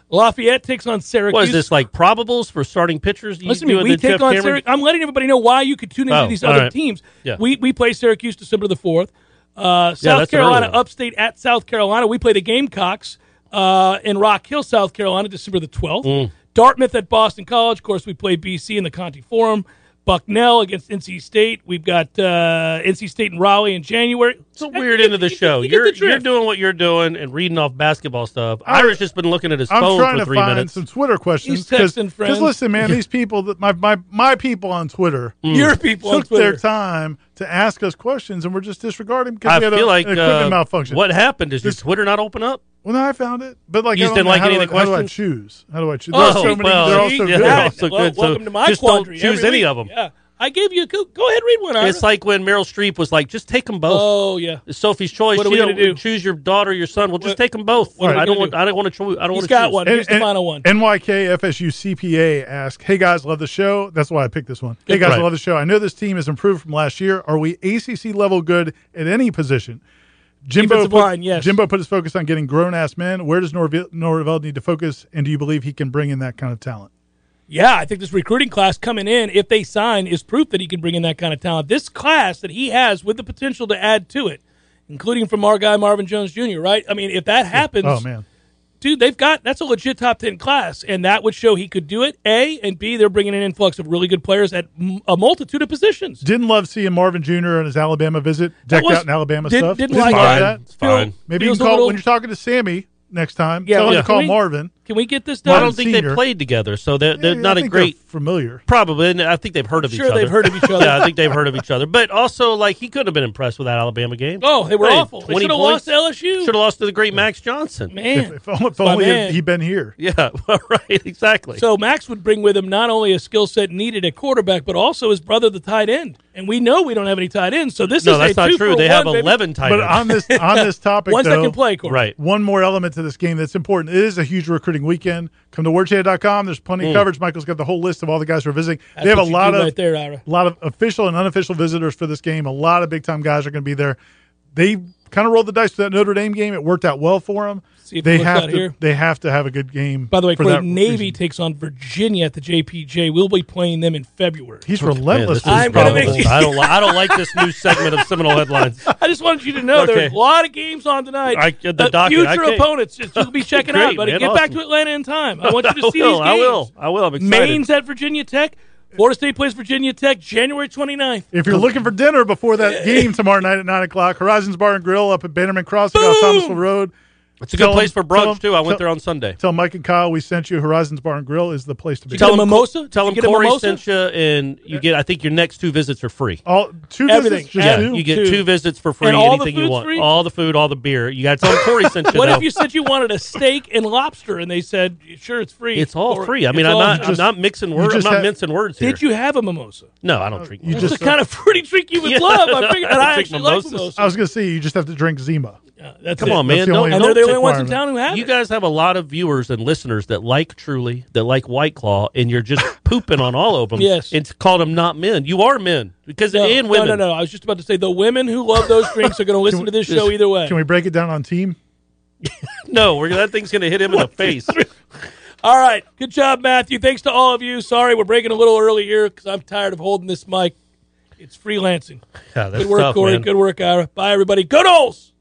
Lafayette takes on Syracuse. What is this like probables for starting pitchers? You Listen to me. doing We the take Jeff on Cameron? Syracuse. I'm letting everybody know why you could tune into Oh, these all other right. teams. Yeah. We we play Syracuse December the fourth. Uh, South that's an early Carolina, one. upstate at South Carolina. We play the Gamecocks uh, in Rock Hill, South Carolina, December the twelfth. Mm. Dartmouth at Boston College. Of course, we play BC in the Conti Forum. Bucknell against NC State. We've got uh, NC State and Raleigh in January. It's a weird end of the show. You get You are the drift. you're doing what you're doing and reading off basketball stuff. Irish has been looking at his I'm phone trying for to three find minutes. some Twitter questions He's texting friends. because listen, man, these people that my my my people on Twitter Mm. your people on took Twitter. their time to ask us questions, and we're just disregarding because I we had feel a, like an equipment uh, malfunction. What happened? Does your This- Twitter not open up? Well, no, I found it, but like, You I just didn't don't know, like how any do of the I- How do I questions? choose? How do I choose? Oh, There's so many. well, they're all see, so yeah, good. they're all so Well, good, so welcome to my just don't quandary. choose every any week. of 'em. Yeah. I gave you. Go, go ahead, read one. Ira. It's like when Meryl Streep was like, "Just take them both." oh yeah. Sophie's choice. What are you we gonna know, do? Choose your daughter, or your son. We'll What- just take them both. what are we I don't gonna want. do? I don't want to. Cho- I don't He's want to got choose. one. And- Here's the and- final one. NYK FSU CPA asked, "Hey guys, love the show. That's why I picked this one. Hey guys, Right. love the show. I know this team has improved from last year. Are we ACC level good at any position? Jimbo Defensive put, line, yes. Jimbo put his focus on getting grown ass men. Where does Norville, Norvell need to focus? And do you believe he can bring in that kind of talent? Yeah, I think this recruiting class coming in, if they sign, is proof that he can bring in that kind of talent. This class that he has with the potential to add to it, including from our guy Marvin Jones Jr., right? I mean, if that happens, Oh man, dude, they've got that's a legit top 10 class, and that would show he could do it. A, and B, they're bringing an influx of really good players at m- a multitude of positions. didn't love seeing Marvin Jr. on his Alabama visit, That decked was- out in Alabama didn't- stuff. Didn't like fine. that. It's fine. Maybe you can feels a call little- when you're talking to Sammy next time. Yeah, tell him yeah. to call Can we- Marvin. Can we get this I done? don't think Senior. they played together, so they're they're Yeah, not I a think they're great. familiar. Probably, and I think they've heard of each Sure, other. they've heard of each other. yeah, I think they've heard of each other. But also, like he couldn't have been impressed with that Alabama game. Oh, they were Hey, awful. They 20 should have points. lost to LSU. Should have lost to the great Max Johnson. Man. If, only- if my only man. he'd been here. Yeah, well, right, exactly. So Max would bring with him not only a skill set needed at quarterback, but also his brother, the tight end. And we know we don't have any tight ends, so this no, is that's a not two true. for They one, have baby. eleven tight But ends. on this on this topic, One though, second play, Corey. right. One more element to this game that's important. It is a huge recruiting weekend. Come to wordchat.com. There's plenty of coverage. Michael's got the whole list of all the guys who are visiting. Mm. That's they have a what you lot do of right there, Ira. a lot of official and unofficial visitors for this game. A lot of big time guys are going to be there. They kind of rolled the dice for that Notre Dame game. It worked out well for them. See if it they works have out to. here. They have to have a good game. By the way, for Corey, that Navy reason. takes on Virginia at the JPJ. We'll be playing them in February. He's Man, relentless. this with his is I'm gonna problems. probable. make you- I don't. Li- I don't like this new segment of Seminole headlines. I just wanted you to know there's Okay. a lot of games on tonight. I- the Uh, docket, I future can't- opponents, just- you'll be checking Great, out, buddy. man, Get back awesome. to Atlanta in time. I want you to I see will, these games. I will. I will. I'm excited. Maine's at Virginia Tech. Florida State plays Virginia Tech January 29th. If you're looking for dinner before that game tomorrow night at nine o'clock, Horizons Bar and Grill up at Bannerman Crossing off Thomasville Road. It's a good Tell 'em- place for tell 'em- brunch too. I tell- went there on Sunday. Tell Mike and Kyle we sent you. Horizons Bar and Grill is the place to be. You Tell 'em mimosa? Tell Did them you get a Corey mimosa? sent you, and you get. I think your next two visits are free. all two Everything. visits, just Yeah, two. Uh, you get two. two visits for free. And all the anything you food's want, free? all the food, all the beer. You got to tell 'em Corey sent you. What though. if you said you wanted a steak and lobster and they said, sure, it's free? It's all Or- free. I mean, it's I'm all- not. I'm just- not mixing words. I'm just not have- mincing words here. Did you have a mimosa? No, I don't drink. You mimosas. That's just- the kind of fruity drink you would Yeah. love. I figured, and I, Drink actually like mimosas. mimosas. I was gonna say you just have to drink Zima. Yeah, that's Come it. on, Oh, man. the Don't- only- And they're the don't only ones in requirement. town who have You it. guys have a lot of viewers and listeners that like Truly, that like White Claw, and you're just pooping on all of them. Yes. It's called them not men. You are men because no, and women. No, no, no. I was just about to say the women who love those drinks are going to listen to this show either way. Can we break it down on team? No, we're, that thing's going to hit him in the face. All right. Good job, Matthew. Thanks to all of you. Sorry, we're breaking a little early here because I'm tired of holding this mic. It's freelancing. Yeah, that's Good work, tough, Corey. man. Good work, Ira. Bye, everybody. Go Knowles!